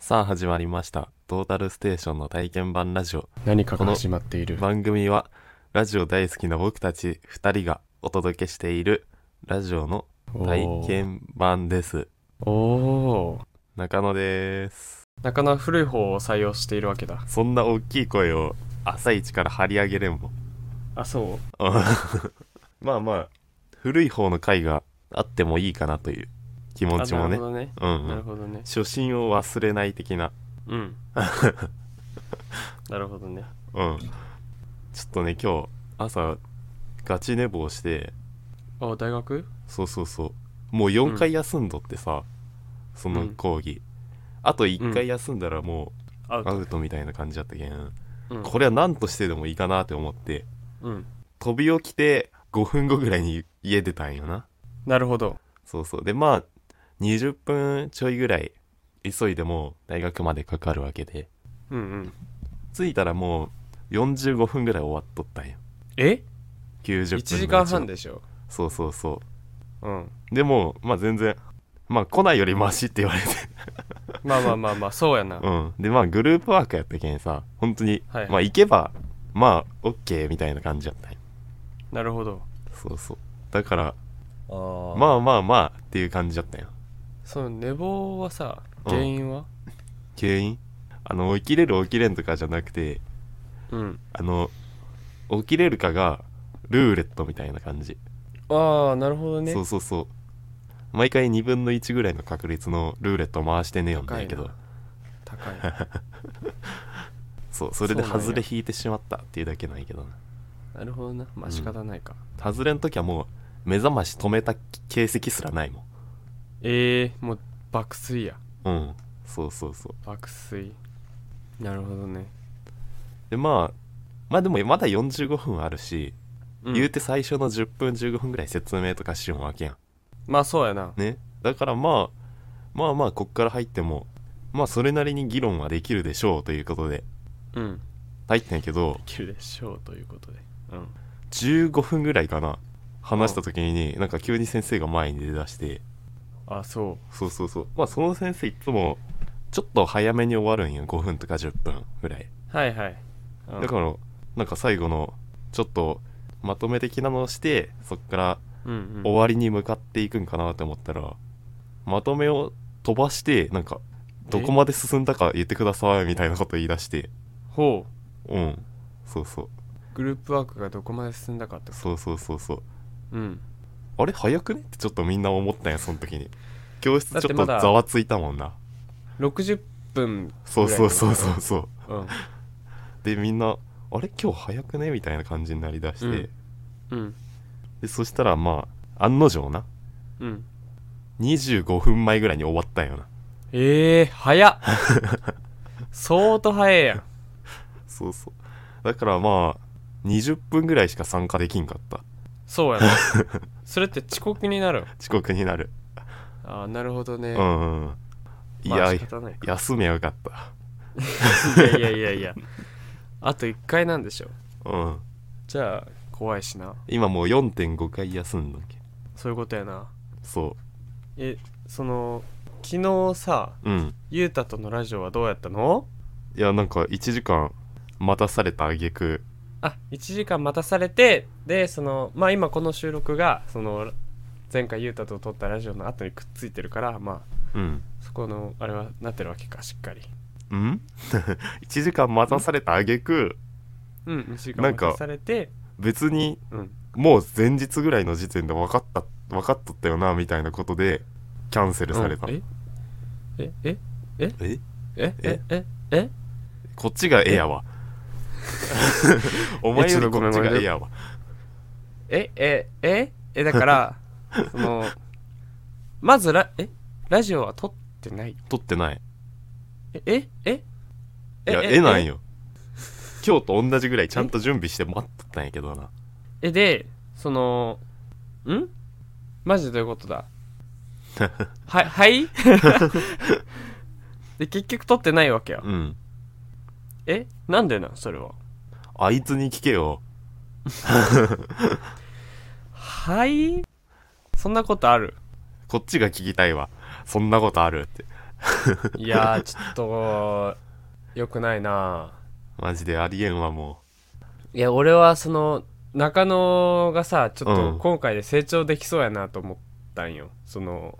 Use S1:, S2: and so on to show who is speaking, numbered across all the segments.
S1: さあ始まりましたトータルステーションの体験版ラジオ
S2: 何か
S1: こ
S2: が
S1: の
S2: 始まっている
S1: 番組はラジオ大好きな僕たち2人がお届けしているラジオの体験版です
S2: おお
S1: 中野です
S2: ーなかなか古い方を採用しているわけだ
S1: そんな大きい声を朝一から張り上げれんもん
S2: あそう
S1: うん まあまあ古い方の回があってもいいかなという気持ちも
S2: あな
S1: ね
S2: るほどね
S1: うんう
S2: なる
S1: ん
S2: ほどね
S1: 初心を忘れない的な
S2: うん なるほどね
S1: うんちょっとね今日朝ガチ寝坊して
S2: あ大学
S1: そうそうそうもう4回休んどってさ、その講義、あと1回休んだらも
S2: ア
S1: う
S2: ウ
S1: ア
S2: ト
S1: ウトみたいな感じだったけん、
S2: うん
S1: これは何としてでもいいかなって思って
S2: うん
S1: 飛び起きて5分後ぐらいに家出たんよな
S2: なるほど
S1: そうそうでまあ20分ちょいぐらい急いでもう大学までかかるわけで
S2: うんうん
S1: 着いたらもう45分ぐらい終わっとったんよ
S2: え
S1: 90分のうち
S2: 1
S1: の
S2: 時間半でしょ
S1: そうそうそ
S2: うん
S1: うでもまあ全然まあ来ないよりマシって言われて
S2: まあまあまあ まあそうやな
S1: うんでまあグループワークやったけんさ本当に、
S2: はい
S1: まあ行けばまあ OK みたいな感じやったんよ
S2: なるほど
S1: そうそうだから
S2: あ
S1: まあまあまあっていう感じだったんよ
S2: その寝坊はさ
S1: うん
S2: 原因は
S1: 原因あの起きれる起きれんとかじゃなくて
S2: うん
S1: あの起きれるかがルーレットみたいな感じ、
S2: ああなるほどね
S1: そうそうそう毎回2分の1ぐらいの確率のルーレット回してねよんだけど
S2: 高い な
S1: そうそれで
S2: そうなんや
S1: 外れ引いてしまったっていうだけないけどな
S2: なるほどなまあ仕方ないか
S1: 外れの時はもう目覚まし止めた形跡すらないもん
S2: ええもう爆睡や
S1: うんそうそうそう
S2: 爆睡なるほどね、
S1: でまあまあでもまだ45分あるし、
S2: うん
S1: 言うて最初の10分15分ぐらい説明とかしようわけやん
S2: まあそうやな
S1: ねだからまあまあまあこっから入ってもまあそれなりに議論はできるでしょうということで
S2: うん
S1: 入ってんやけど
S2: できるでしょうということでうん
S1: 15分ぐらいかな話した時になんか急に先生が前に出だして
S2: あそ
S1: そうそうそうまあその先生いつもちょっと早めに終わるんよ5分とか10分ぐらいう
S2: はいはい、うん
S1: だからなんか最後のちょっとまとめ的なのをしてそっから
S2: うんうん
S1: 終わりに向かっていくんかなと思ったらまとめを飛ばしてなんかどこまで進んだか言ってくださいみたいなこと言い出して
S2: ほ
S1: うんそうそう
S2: うグループワークがどこまで進んだかってこ
S1: そうそうそうそう
S2: とうん
S1: あれ早くねってちょっとみんな思ったんやその時に教室
S2: だっ
S1: ち
S2: て
S1: ょっ
S2: ま
S1: と
S2: だ
S1: ざわついたもんな
S2: 60分
S1: そうそうそうそうそう
S2: うん
S1: でみんなあれ今日早くねみたいな感じになりだして、
S2: うんうん
S1: でそしたらまあ案の定な
S2: うん
S1: 25分前ぐらいに終わったんよな
S2: ええ早 っ相当早いやん
S1: そうそうだからまあ20分ぐらいしか参加できんかった
S2: そう やなそれって遅刻になる
S1: 遅刻になる
S2: ああなるほどね、
S1: う、んうんい
S2: ま
S1: や、
S2: あ仕方ないか
S1: 休めよかった
S2: いやいやいやいやあと1回なんでしょ
S1: うん
S2: じゃあ怖いしな
S1: 今もう4.5回休んだっけ
S2: そういうことやな
S1: そ
S2: えその昨日さ
S1: ううん
S2: ゆうたとのラジオはどうやったの
S1: いやなんか1時間待たされた挙句
S2: あ1時間待たされてでそのまあ今この収録がその前回ゆうたと撮ったラジオの後にくっついてるからまあ
S1: うん
S2: そこのあれはなってるわけかしっかり
S1: うん 1時間待たされた挙句
S2: うん1時間
S1: なん
S2: 待
S1: か
S2: たされて
S1: 別に
S2: うん
S1: もう前日ぐらいの時点で分かった分かっとったよなみたいなことでキャンセルされた、
S2: うんえええ
S1: え
S2: ええ
S1: え
S2: ええ
S1: こっちがええやわ お前よりこっちがええやわ
S2: ええええだから そのまずラえラジオは撮ってない
S1: 撮ってない
S2: えええ
S1: いやえなんよ今日と同じぐらいちゃんと準備して待っとったんやけどな
S2: えでそのんマジでどういうこと だははい で結局撮ってないわけよ
S1: うん
S2: えなんでなんそれは
S1: あいつに聞けよ
S2: はいそんなことある
S1: こっちが聞きたいわそんなことあるって
S2: いやーちょっと良くないな
S1: マジでありえんわも
S2: いや俺はその中野がさちょっ
S1: う
S2: と
S1: ん
S2: 今回で成長できそうやなと思ったんよその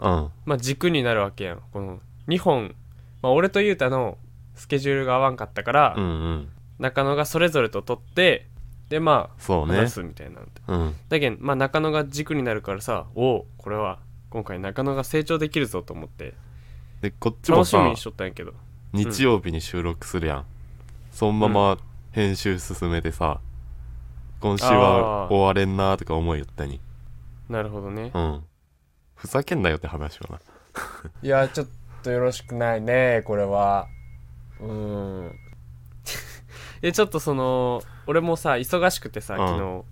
S1: ううん
S2: まあ軸になるわけやんこの2本、まあ、俺と雄太のスケジュールが合わんかったから、
S1: うんうん
S2: 中野がそれぞれと取ってでま
S1: そ
S2: あ
S1: うね
S2: 話すみたいなのって
S1: うん
S2: だけど、まあ、中野が軸になるからさおおこれは今回中野が成長できるぞと思って
S1: でこっちも
S2: 楽しみ
S1: さ
S2: にしとったんやけど
S1: 日曜日に収録するやん、そのまま編集進めてさ今週は
S2: あー
S1: 終われんなーとか思いよったに
S2: なるほどね
S1: うんふざけんなよって話よない
S2: やちょっとよろしくないねこれはうーん えちょっとその俺もさ忙しくてさ
S1: うん
S2: 昨日、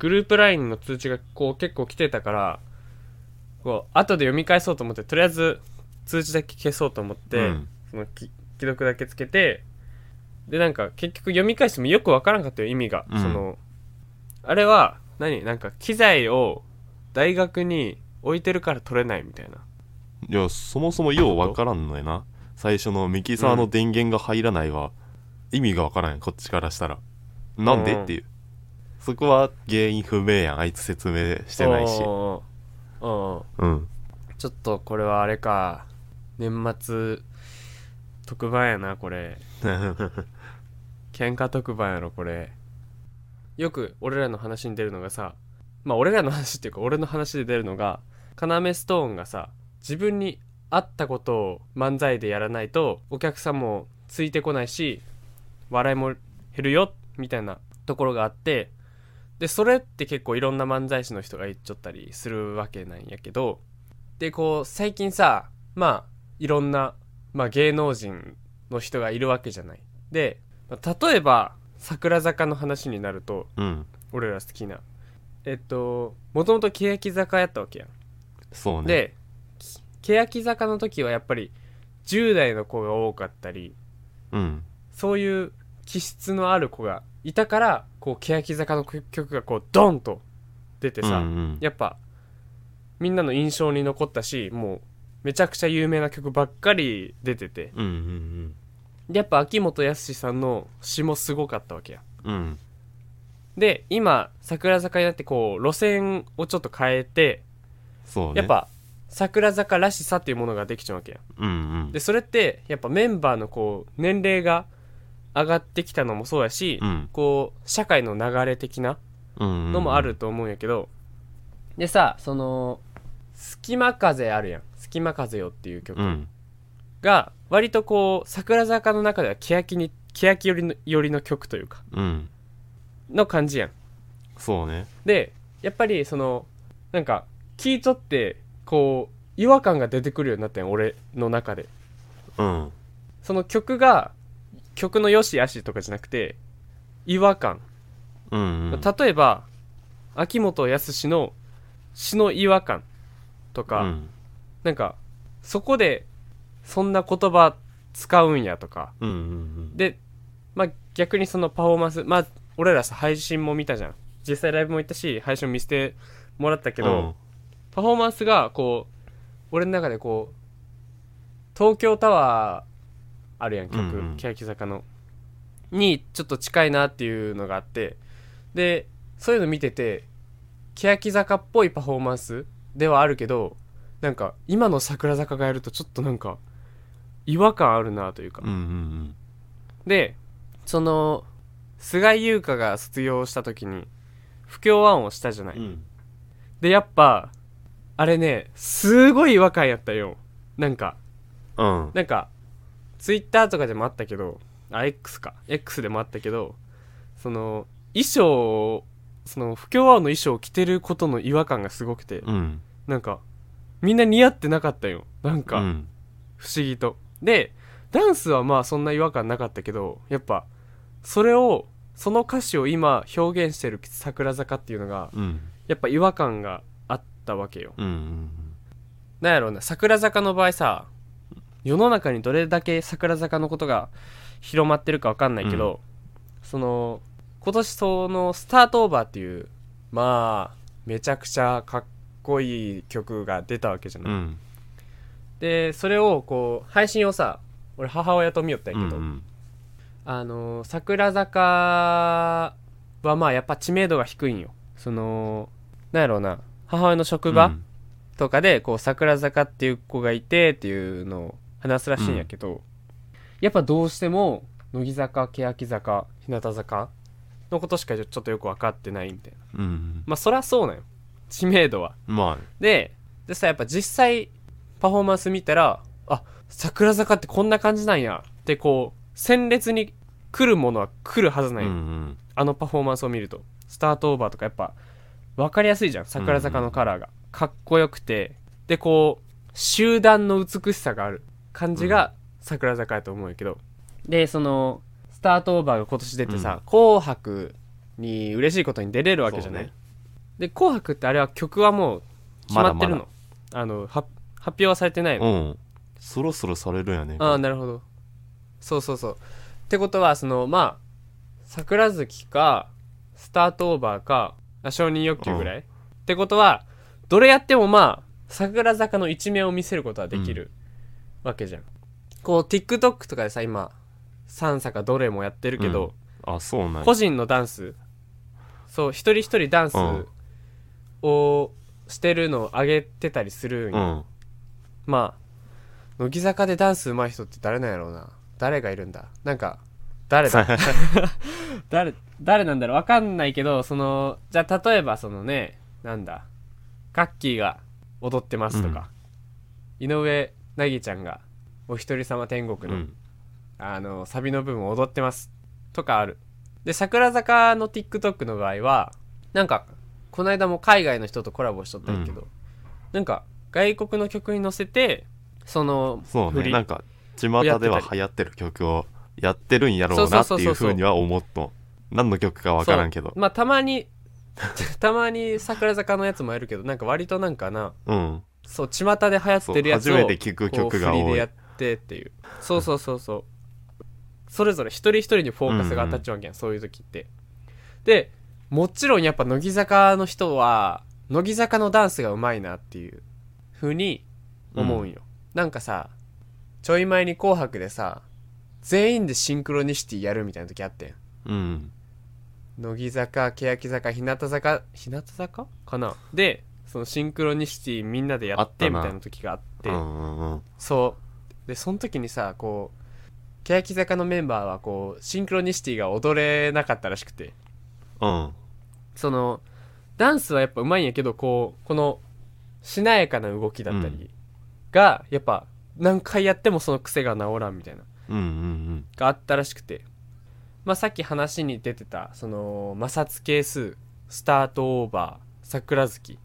S2: グループ LINE の通知がこう結構来てたからこう後で読み返そうと思ってとりあえず通知だけ消そうと思って、
S1: うん
S2: そのき既読だけつけてでなんか結局読み返してもよくわからんかったよ意味が、
S1: うん
S2: そのあれは何なんか機材を大学に置いてるから取れないみたいない
S1: やそもそもようわからんのやな最初のミキサーの電源が入らないは、意味がわからんやんこっちからしたらなんで、
S2: うん
S1: っていうそこは原因不明やんあいつ説明してないし
S2: おーおー
S1: うん
S2: ちょっとこれはあれか年末特番やなこれ喧嘩特番やろこれよく俺らの話に出るのがさまあ俺らの話っていうか俺の話で出るのが要ストーンがさ自分に合ったことを漫才でやらないとお客さんもついてこないし笑いも減るよみたいなところがあってでそれって結構いろんな漫才師の人が言っちゃったりするわけなんやけどでこう最近さまあいろんな、まあ、芸能人の人がいるわけじゃないでまあ例えば桜坂の話になると
S1: うん
S2: 俺ら好きなえっともともと欅坂やったわけやん、
S1: そうね
S2: でき欅坂の時はやっぱり10代の子が多かったり
S1: うん
S2: そういう気質のある子がいたからこう欅坂の曲がこうドンと出てさ、
S1: うんうん
S2: やっぱみんなの印象に残ったしもうめちゃくちゃ有名な曲ばっかり出てて
S1: うんうん
S2: でやっぱ秋元康さんの詩もすごかったわけや
S1: うんうん
S2: で今桜坂になってこう路線をちょっと変えて、
S1: そうね
S2: やっぱ桜坂らしさっていうものができちゃうわけや
S1: うんうん
S2: でそれってやっぱメンバーのこう年齢が上がってきたのもそうやし、
S1: うん
S2: こう社会の流れ的な
S1: うん
S2: のもあると思うんやけど、でさその「隙間風あるやん「隙間風よ」っていう曲
S1: うん
S2: が割とこう桜坂の中では欅に欅寄りの寄りの曲というか
S1: うん
S2: の感じやん
S1: そうね
S2: でやっぱりそのなんか聞いとってこう違和感が出てくるようになったん俺の中で
S1: うん
S2: その曲が曲の良し悪しとかじゃなくて違和感、
S1: うんうん
S2: 例えば秋元康の詩の違和感とか、
S1: うん
S2: なんかそこでそんな言葉使うんやとか
S1: うんうん
S2: でまあ逆にそのパフォーマンスまあ俺らさ配信も見たじゃん実際ライブも行ったし配信も見せてもらったけ
S1: け
S2: ど、パフォーマンスがこう俺の中でこう東京タワーあるやん曲、
S1: うんうん
S2: 欅坂のにちょっと近いなっていうのがあってでそういうの見てて欅坂っぽいパフォーマンスではあるけどなんか今の桜坂がやるとちょっとなんか違和感あるなというか、
S1: うんうん
S2: でその菅井優香が卒業した時に不協和音をしたじゃない、
S1: うんうん
S2: でやっぱあれねすごい違和感やったよなんか
S1: うん
S2: なんかツイッターとかでもあったけどあ X か X でもあったけどその衣装をその不協和音の衣装を着てることの違和感がすごくて
S1: うん
S2: なんかみんな似合ってなかったよなんか、
S1: うん
S2: 不思議とでダンスはまあそんな違和感なかったけどやっぱそれをその歌詞を今表現してる桜坂っていうのが
S1: うん
S2: やっぱ違和感があったわけよ
S1: うんうん
S2: なんやろうな桜坂の場合さ世の中にどれだけ桜坂のことが広まってるかわかんないけど、その今年その「スタートオーバー」っていうまあめちゃくちゃかっこいい曲が出たわけじゃない、
S1: うん
S2: でそれをこう配信をさ俺母親と見よったん
S1: う
S2: や
S1: ん
S2: け
S1: う
S2: ど、
S1: ん
S2: あの桜坂はまあやっぱ知名度が低いんよそのなんやろうな母親の職場、
S1: うん
S2: とかでこう桜坂っていう子がいてっていうのを話すらしいんやけど、やっぱどうしても乃木坂欅坂日向坂のことしかちょっとよく分かってないみたいな
S1: うん
S2: まあそりゃそうなんよ知名度は
S1: ま
S2: ででさやっぱ実際パフォーマンス見たらあ桜坂ってこんな感じなんやってこう鮮烈に来るものは来るはず
S1: あ
S2: な
S1: うんんう
S2: よ、
S1: ん
S2: あのパフォーマンスを見るとスタートオーバーとかやっぱ分かりやすいじゃん桜坂のカラーが、かっこよくてでこう集団の美しさがある感じが桜坂やと思うんやけど、でそのスタートオーバーが今年出てさ「紅白」に嬉しいことに出れるわけじゃない、
S1: そうね
S2: で「紅白」ってあれは曲はもう決まってるの
S1: まだ
S2: あのは発表はされてないの
S1: うんそろそろされるんやね
S2: ああなるほどそうそうそうってことはそのまあ桜月かスタートオーバーかあ承認欲求ぐらい、ってことはどれやってもまあ桜坂の一面を見せることはできるわけじゃん、こう TikTok とかでさ今3坂どれもやってるけど、
S1: あそうなんや
S2: 個人のダンスそう一人一人ダンス
S1: うん
S2: をしてるのを上げてたりするんよ
S1: うん
S2: まあ乃木坂でダンス上手い人って誰なんやろうな誰がいるんだなんか誰だ誰誰なんだろうわかんないけどそのじゃあ例えばそのねなんだガッキーが踊ってますとか、井上凪ちゃんがお一人様天
S1: う
S2: 国の、
S1: ん
S2: あのサビの部分を踊ってますとかあるで桜坂の TikTok の場合はなんかこの間も海外の人とコラボしとったんやけど、なんか外国の曲に乗せてその
S1: そう
S2: 振
S1: ね
S2: り
S1: なんか巷では流行ってる曲をやってるんやろうなっていうふうには思っと何の曲か分からんけど
S2: そうまあたまに たまに桜坂のやつもやるけどなんか割となんかな
S1: うん
S2: そう巷で流行ってるや
S1: そ
S2: つを
S1: う初めて聞く曲が多い
S2: こう振りでやってっていうそうそうそうそうそれぞれ一人一人にフォーカスが当たっちゃうわけやん、そういう時ってでもちろんやっぱ乃木坂の人は乃木坂のダンスがうまいなっていうふうに思うんよ、なんかさちょい前に「紅白」でさ全員でシンクロニシティやるみたいな時あってん
S1: うん
S2: 乃木坂欅坂日向坂日向坂かなでそのシンクロニシティみんなでや
S1: あ
S2: っ
S1: ってた
S2: み
S1: な
S2: たいな時があって
S1: うんうんうん
S2: そうでその時にさこう欅坂のメンバーはこうシンクロニシティが踊れなかったらしくて
S1: うん
S2: そのダンスはやっぱうまいんやけどこうこのしなやかな動きだったりが、やっぱ何回やってもその癖が治らんみたいな
S1: うんうん
S2: があったらしくて、まあ、さっき話に出てたその摩擦係数スタートオーバー桜月、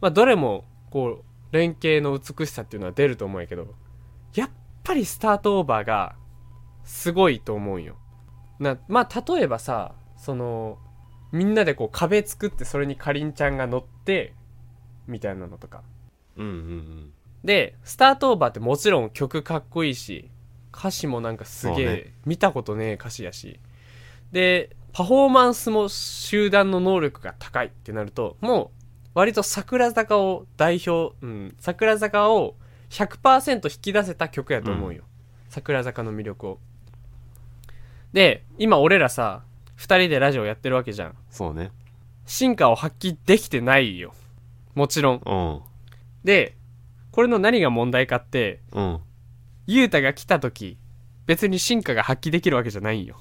S2: まあ、どれもこう連携の美しさっていうのは出ると思うんやけどやっぱりスタートオーバーがすごいと思うんよなまあ例えばさそのみんなでこう壁作ってそれにかりんちゃんが乗ってみたいなのとか
S1: うんうんうん
S2: でスタートオーバーってもちろん曲かっこいいし歌詞もなんかすげえ、
S1: そうね
S2: 見たことねえ歌詞やしでパフォーマンスも集団の能力が高いってなるともう割と桜坂を代表、うん、桜坂を100%引き出せた曲やと思うよ、桜坂の魅力をで今俺らさ2人でラジオやってるわけじゃん
S1: そうね
S2: 進化を発揮できてないよもちろん
S1: うん
S2: でこれの何が問題かって
S1: うん
S2: ユータが来た時別に進化が発揮できるわけじゃないんよ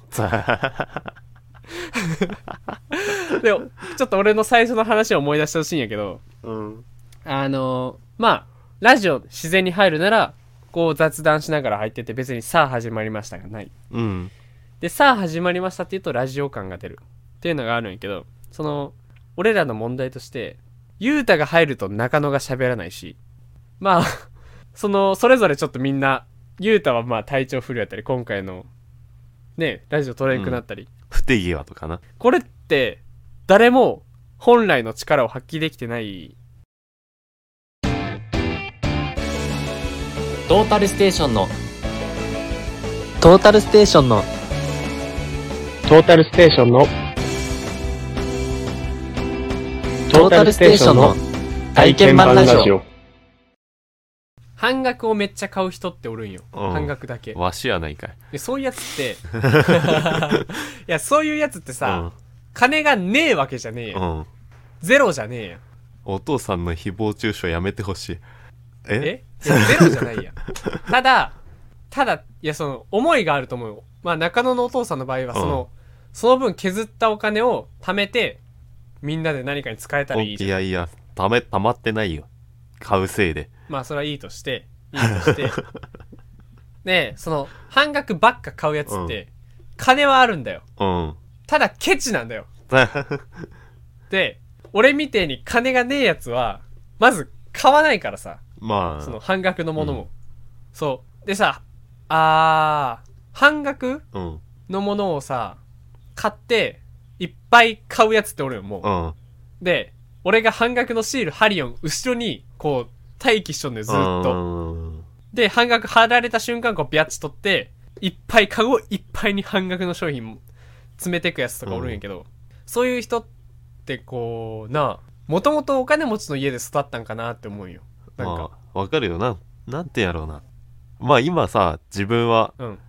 S2: でちょっと俺の最初の話を思い出してほしいんやけど
S1: うん
S2: あのまあラジオ自然に入るならこう雑談しながら入ってて別に「さあ始まりました」がない
S1: うん
S2: で「さあ始まりました」って言うとラジオ感が出るっていうのがあるんやけどその俺らの問題としてユータが入ると中野が喋らないしまあ そのそれぞれちょっとみんなユータはまあ体調不良やったり今回のねラジオ取れなくなったり、
S1: 不手際とかな
S2: これって誰も本来の力を発揮できてない
S3: トータルステーションのトータルステーションの
S4: トータルステーションの
S3: トータルステーションの体験版ラジオ
S2: 半額をめっちゃ買う人っておるんよ、
S1: うん
S2: 半額だけ
S1: わしやないかい。
S2: でそういうやつって いやそういうやつってさ、金がねえわけじゃねえ
S1: う
S2: よ、
S1: ん。うん。
S2: ゼロじゃねえよ
S1: お父さんの誹謗中傷やめてほしい。え
S2: えいやゼロじゃないや ただただいやその思いがあると思うよまあ中野のお父さんの場合はその、その分削ったお金を貯めてみんなで何かに使えたらいいじゃん
S1: いやいや、ため、たまってないよ。買うせいで。
S2: まあそれはいいとしていいとして ねえその半額ばっか買うやつって、金はあるんだよ
S1: うん。
S2: ただケチなんだよ
S1: だ
S2: で俺みてえに金がねえやつはまず買わないからさ
S1: まあ、
S2: その半額のものも、そうでさあー半額
S1: うん。
S2: のものをさ買っていっぱい買うやつっておるよもう、
S1: うん。
S2: で俺が半額のシールハリオン後ろにこう待機しとんのよずーっと、
S1: と。
S2: で半額貼られた瞬間こうビャッチ取っていっぱいカゴいっぱいに半額の商品詰めてくやつとかおるんやけど、そういう人ってこうなもともとお金持ちの家で育ったんかなって思うんよなんか、
S1: まあ、わかるよな。なんてやろうな。まあ今さ、自分は
S2: うん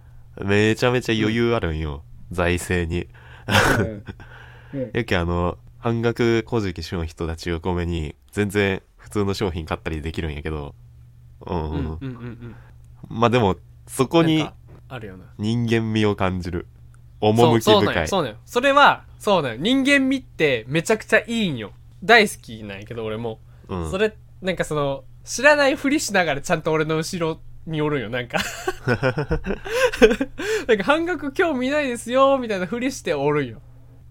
S1: めちゃめちゃ余裕あるんよ。財政に。 やけあの、半額小じきしの人たちをごめに、全然普通の商品買ったりできるんやけど。うん、
S2: う
S1: うん
S2: うんん。うんうん
S1: まあでも、そこ
S2: なん
S1: に
S2: かあるよな
S1: 人間味を感じる。
S2: そう
S1: 趣
S2: そうなん
S1: 深
S2: よ
S1: い。
S2: そうなんよそれはそうなんよ人間味ってめちゃくちゃいいんよ大好きなんやけど俺も、
S1: うん
S2: それなんかその知らないふりしながらちゃんと俺の後ろにおるんよな んかなんか半額興味ないですよみたいなふりしておるんよ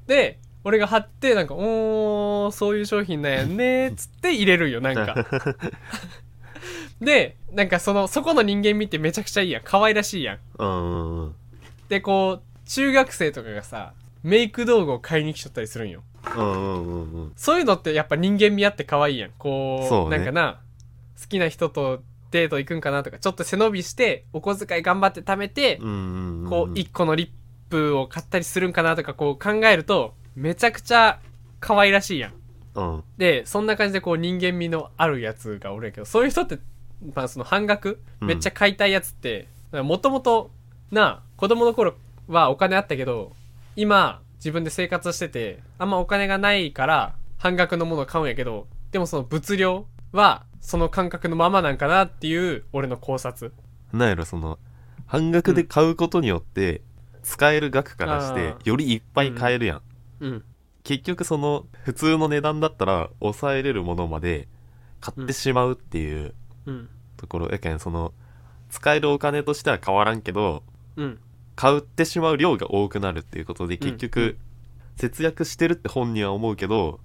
S2: で俺が貼ってなんか「おーそういう商品なんやね」つって入れるんよなんか でなんかそのそこの人間見てめちゃくちゃいいやん可愛らしいやん
S1: うんうん
S2: でこう中学生とかがさメイク道具を買いに来ちゃったりするんよ
S1: うんうんうん
S2: そういうのってやっぱ人間味あって可愛いやんこう
S1: そうね
S2: なんかな好きな人とデート行くんかなとかちょっと背伸びしてお小遣い頑張って貯めて、
S1: うんうん。
S2: こう1個のリップを買ったりするんかなとかこう考えるとめちゃくちゃ可愛らしいやん
S1: うん。
S2: でそんな感じでこう人間味のあるやつがおるんやけどそういう人って、まあ、その半額
S1: うん
S2: めっちゃ買いたいやつってもともとなあ子供の頃はお金あったけど今自分で生活しててあんまお金がないから半額のものを買うんやけどでもその物量はその感覚のままなんかなっていう俺の考察
S1: なんやろその半額で買うことによって使える額からし
S2: あ
S1: て
S2: ー
S1: よりいっぱい買えるやん、
S2: うん
S1: 結局その普通の値段だったら抑えれるものまで買ってしまうっていう
S2: うん
S1: ところやけんその使えるお金としては変わらんけど
S2: うん
S1: 買ってしまう量が多くなるっていうことで結
S2: うんう
S1: 局節約してるって本人は思うけど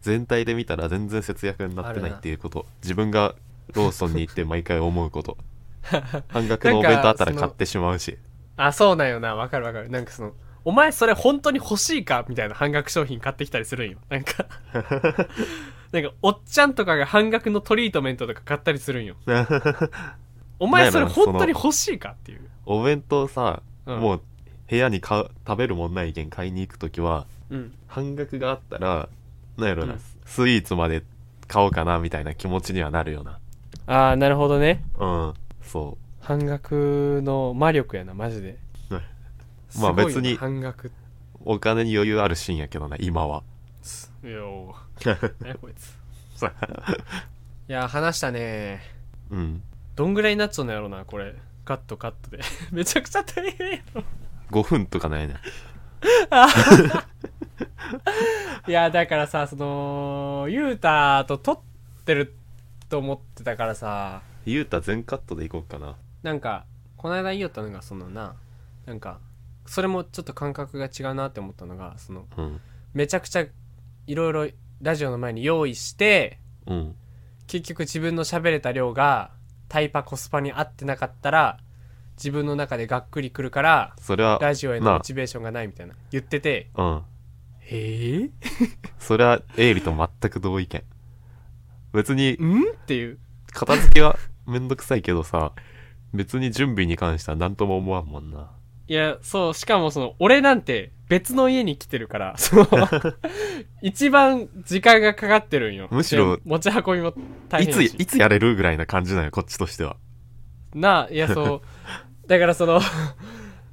S1: 全体で見たら全然節約になってないっていうこと自分がローソンに行って毎回思うこと 半額のお弁当あったら買ってしまうし
S2: あそうなんよなわかるわかるなんかそのお前それ本当に欲しいかみたいな半額商品買ってきたりするんよな んかなんかおっちゃんとかが半額のトリートメントとか買ったりするんよお前それ本当に欲しいかっていう、
S1: お弁当さ、
S2: うん、
S1: も
S2: う、
S1: う部屋に買う食べるもんないけん買いに行く時は
S2: ん、
S1: 半額があったらなんやろな、
S2: うん
S1: スイーツまで買おうかなみたいな気持ちにはなるよな
S2: ああなるほどね
S1: うんそ
S2: 半額の魔力やなマジで
S1: ね
S2: す
S1: ま
S2: ご
S1: あ
S2: いな
S1: 別に
S2: 半額
S1: うお金に余裕あるシーンやけどな今は
S2: いやおうねこいついや話したね
S1: うん
S2: どんぐらいになっちゃうのやろなこれカットカットで めちゃくちゃ大変やろ
S1: 5分とかないね
S2: いやだからさそのゆうたと撮ってると思ってたからさ
S1: ゆうた全カットでいこうかな
S2: なんかこの間言いよったのがそのななんかそれもちょっと感覚が違うなって思ったのがその
S1: うん
S2: めちゃくちゃいろいろラジオの前に用意して
S1: うん
S2: 結局自分の喋れた量がタイパコスパに合ってなかったら自分の中でがっくりくるから
S1: それは
S2: ラジオへの
S1: な
S2: モチベーションがないみたいな言ってて
S1: うん
S2: え
S1: それはエイリと全く同意見別に
S2: えんっていう
S1: 片付けはめんどくさいけどさ別に準備に関しては何とも思わんもんな
S2: いや、そう、しかもその、俺なんて別の家に来てるから、 その、一番時間がかかってるんよ。
S1: むしろ
S2: で持ち運びも大
S1: い
S2: 変
S1: つ
S2: だし。
S1: いつやれるぐらいな感じなんよこっちとしては
S2: なあ、いや、 そう。だからその、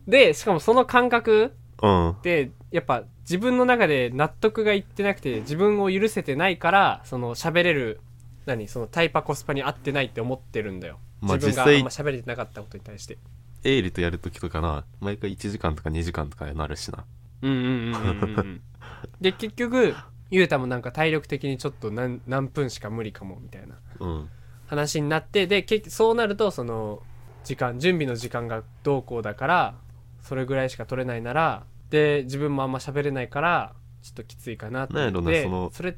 S2: で、しかもその感覚
S1: うん
S2: でやっぱ自分の中で納得がいってなくて自分を許せてないからその喋れる何そのタイパコスパに合ってないって思ってるんだよ、
S1: まあ
S2: 自分が
S1: 実際
S2: あんま喋れてなかったことに対して
S1: エイリとやるときとかな毎回1時間とか2時間とかになるしな
S2: うんうんうんうんうんうん で結局ゆうたもなんか体力的にちょっと何何分しか無理かもみたいな
S1: うん
S2: 話になってで結局そうなるとその時間準備の時間がどうこうだからそれぐらいしか取れないならで自分もあんま喋れないからちょっときついかなと思っ
S1: な
S2: て
S1: んやろなその
S2: それ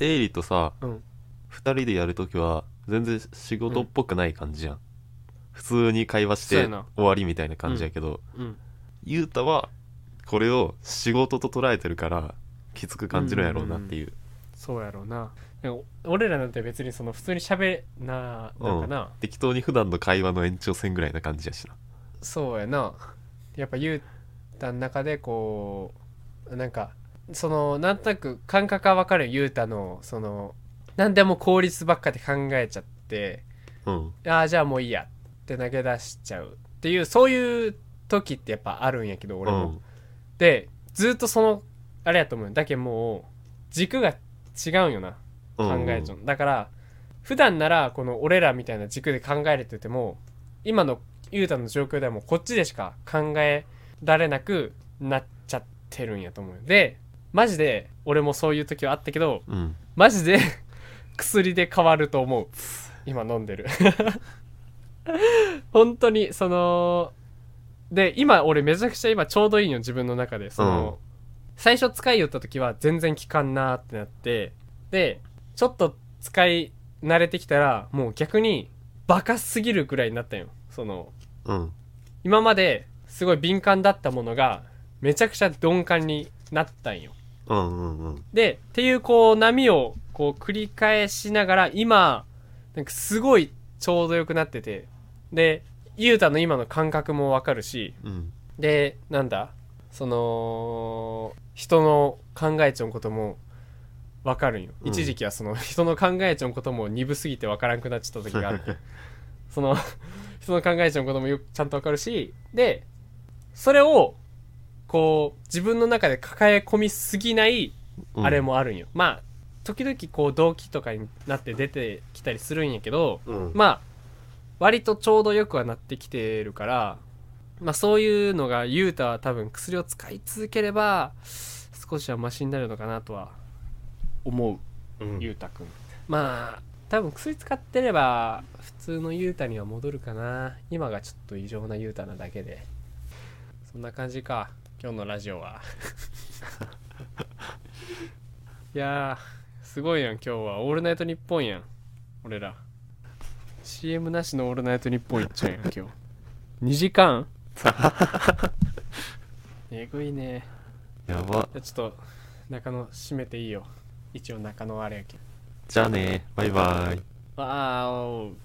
S1: エイリとさ、
S2: う
S1: 二
S2: ん
S1: 2人でやるときは全然仕事っぽくない感じやん、普通に会話し
S2: そう
S1: て
S2: や
S1: 終
S2: な
S1: わりみたいな感じやけど、
S2: うん
S1: ゆうたはこれを仕事と捉えてるからきつく感じるんやろうなっていう,、
S2: そうやろうなでも俺らなんて別にその普通に喋ななんかな、
S1: 適当に普段の会話の延長線ぐらいな感じやしな
S2: そうやなやっぱゆうたの中でこうなんかそのなんとなく感覚は分かるよゆうたのその何でも効率ばっかで考えちゃって
S1: うん
S2: ああじゃあもういいやって投げ出しちゃうっていうそういう時ってやっぱあるんやけど俺も、
S1: うん
S2: でずっとそのあれやと思うよだけどもう軸が違うんよな考えちゃう、だから普段ならこの俺らみたいな軸で考えれてても今の雄太の状況ではもうこっちでしか考えられなくなっちゃってるんやと思うよでマジで俺もそういう時はあったけど
S1: うん、うん
S2: マジで 薬で変わると思う今飲んでる 本当にそので今俺めちゃくちゃ今ちょうどいいよ自分の中でその、最初使いよった時は全然効かんなーってなってでちょっと使い慣れてきたらもう逆にバカすぎるぐらいになったんよその
S1: うん
S2: 今まですごい敏感だったものがめちゃくちゃ鈍感になったんよ
S1: うんうんうん
S2: でっていうこう波をこう繰り返しながら今なんかすごいちょうどよくなっててでゆうたの今の感覚もわかるし
S1: うん
S2: でなんだその人の考えちょんこともわかるんよ、
S1: うん
S2: 一時期はその 人の考えちょんことも鈍すぎてわからんくなっちゃった時があってその 人の考えちゃうこともよくちゃんとわかるしでそれをこう自分の中で抱え込みすぎない
S1: うん
S2: あれもあるんよ、まあ時々こう動機とかになって出てきたりするんやけど
S1: うん
S2: まあ割とちょうどよくはなってきてるからまあそういうのが雄太は多分薬を使い続ければ少しはマシになるのかなとは思う、
S1: うん
S2: 雄太くんまあ多分薬使ってれば普通の雄太には戻るかな今がちょっと異常な雄太なだけでそんな感じか今日のラジオはいやーすごいやん今日は「オールナイトニッポン」やん俺ら CM なしの「オールナイトニッポン」いっちゃうやん今日2時間えぐいね
S1: やば
S2: じゃあちょっと中野閉めていいよ一応中野あれやけ
S1: じゃあねバイバイ
S2: わーおう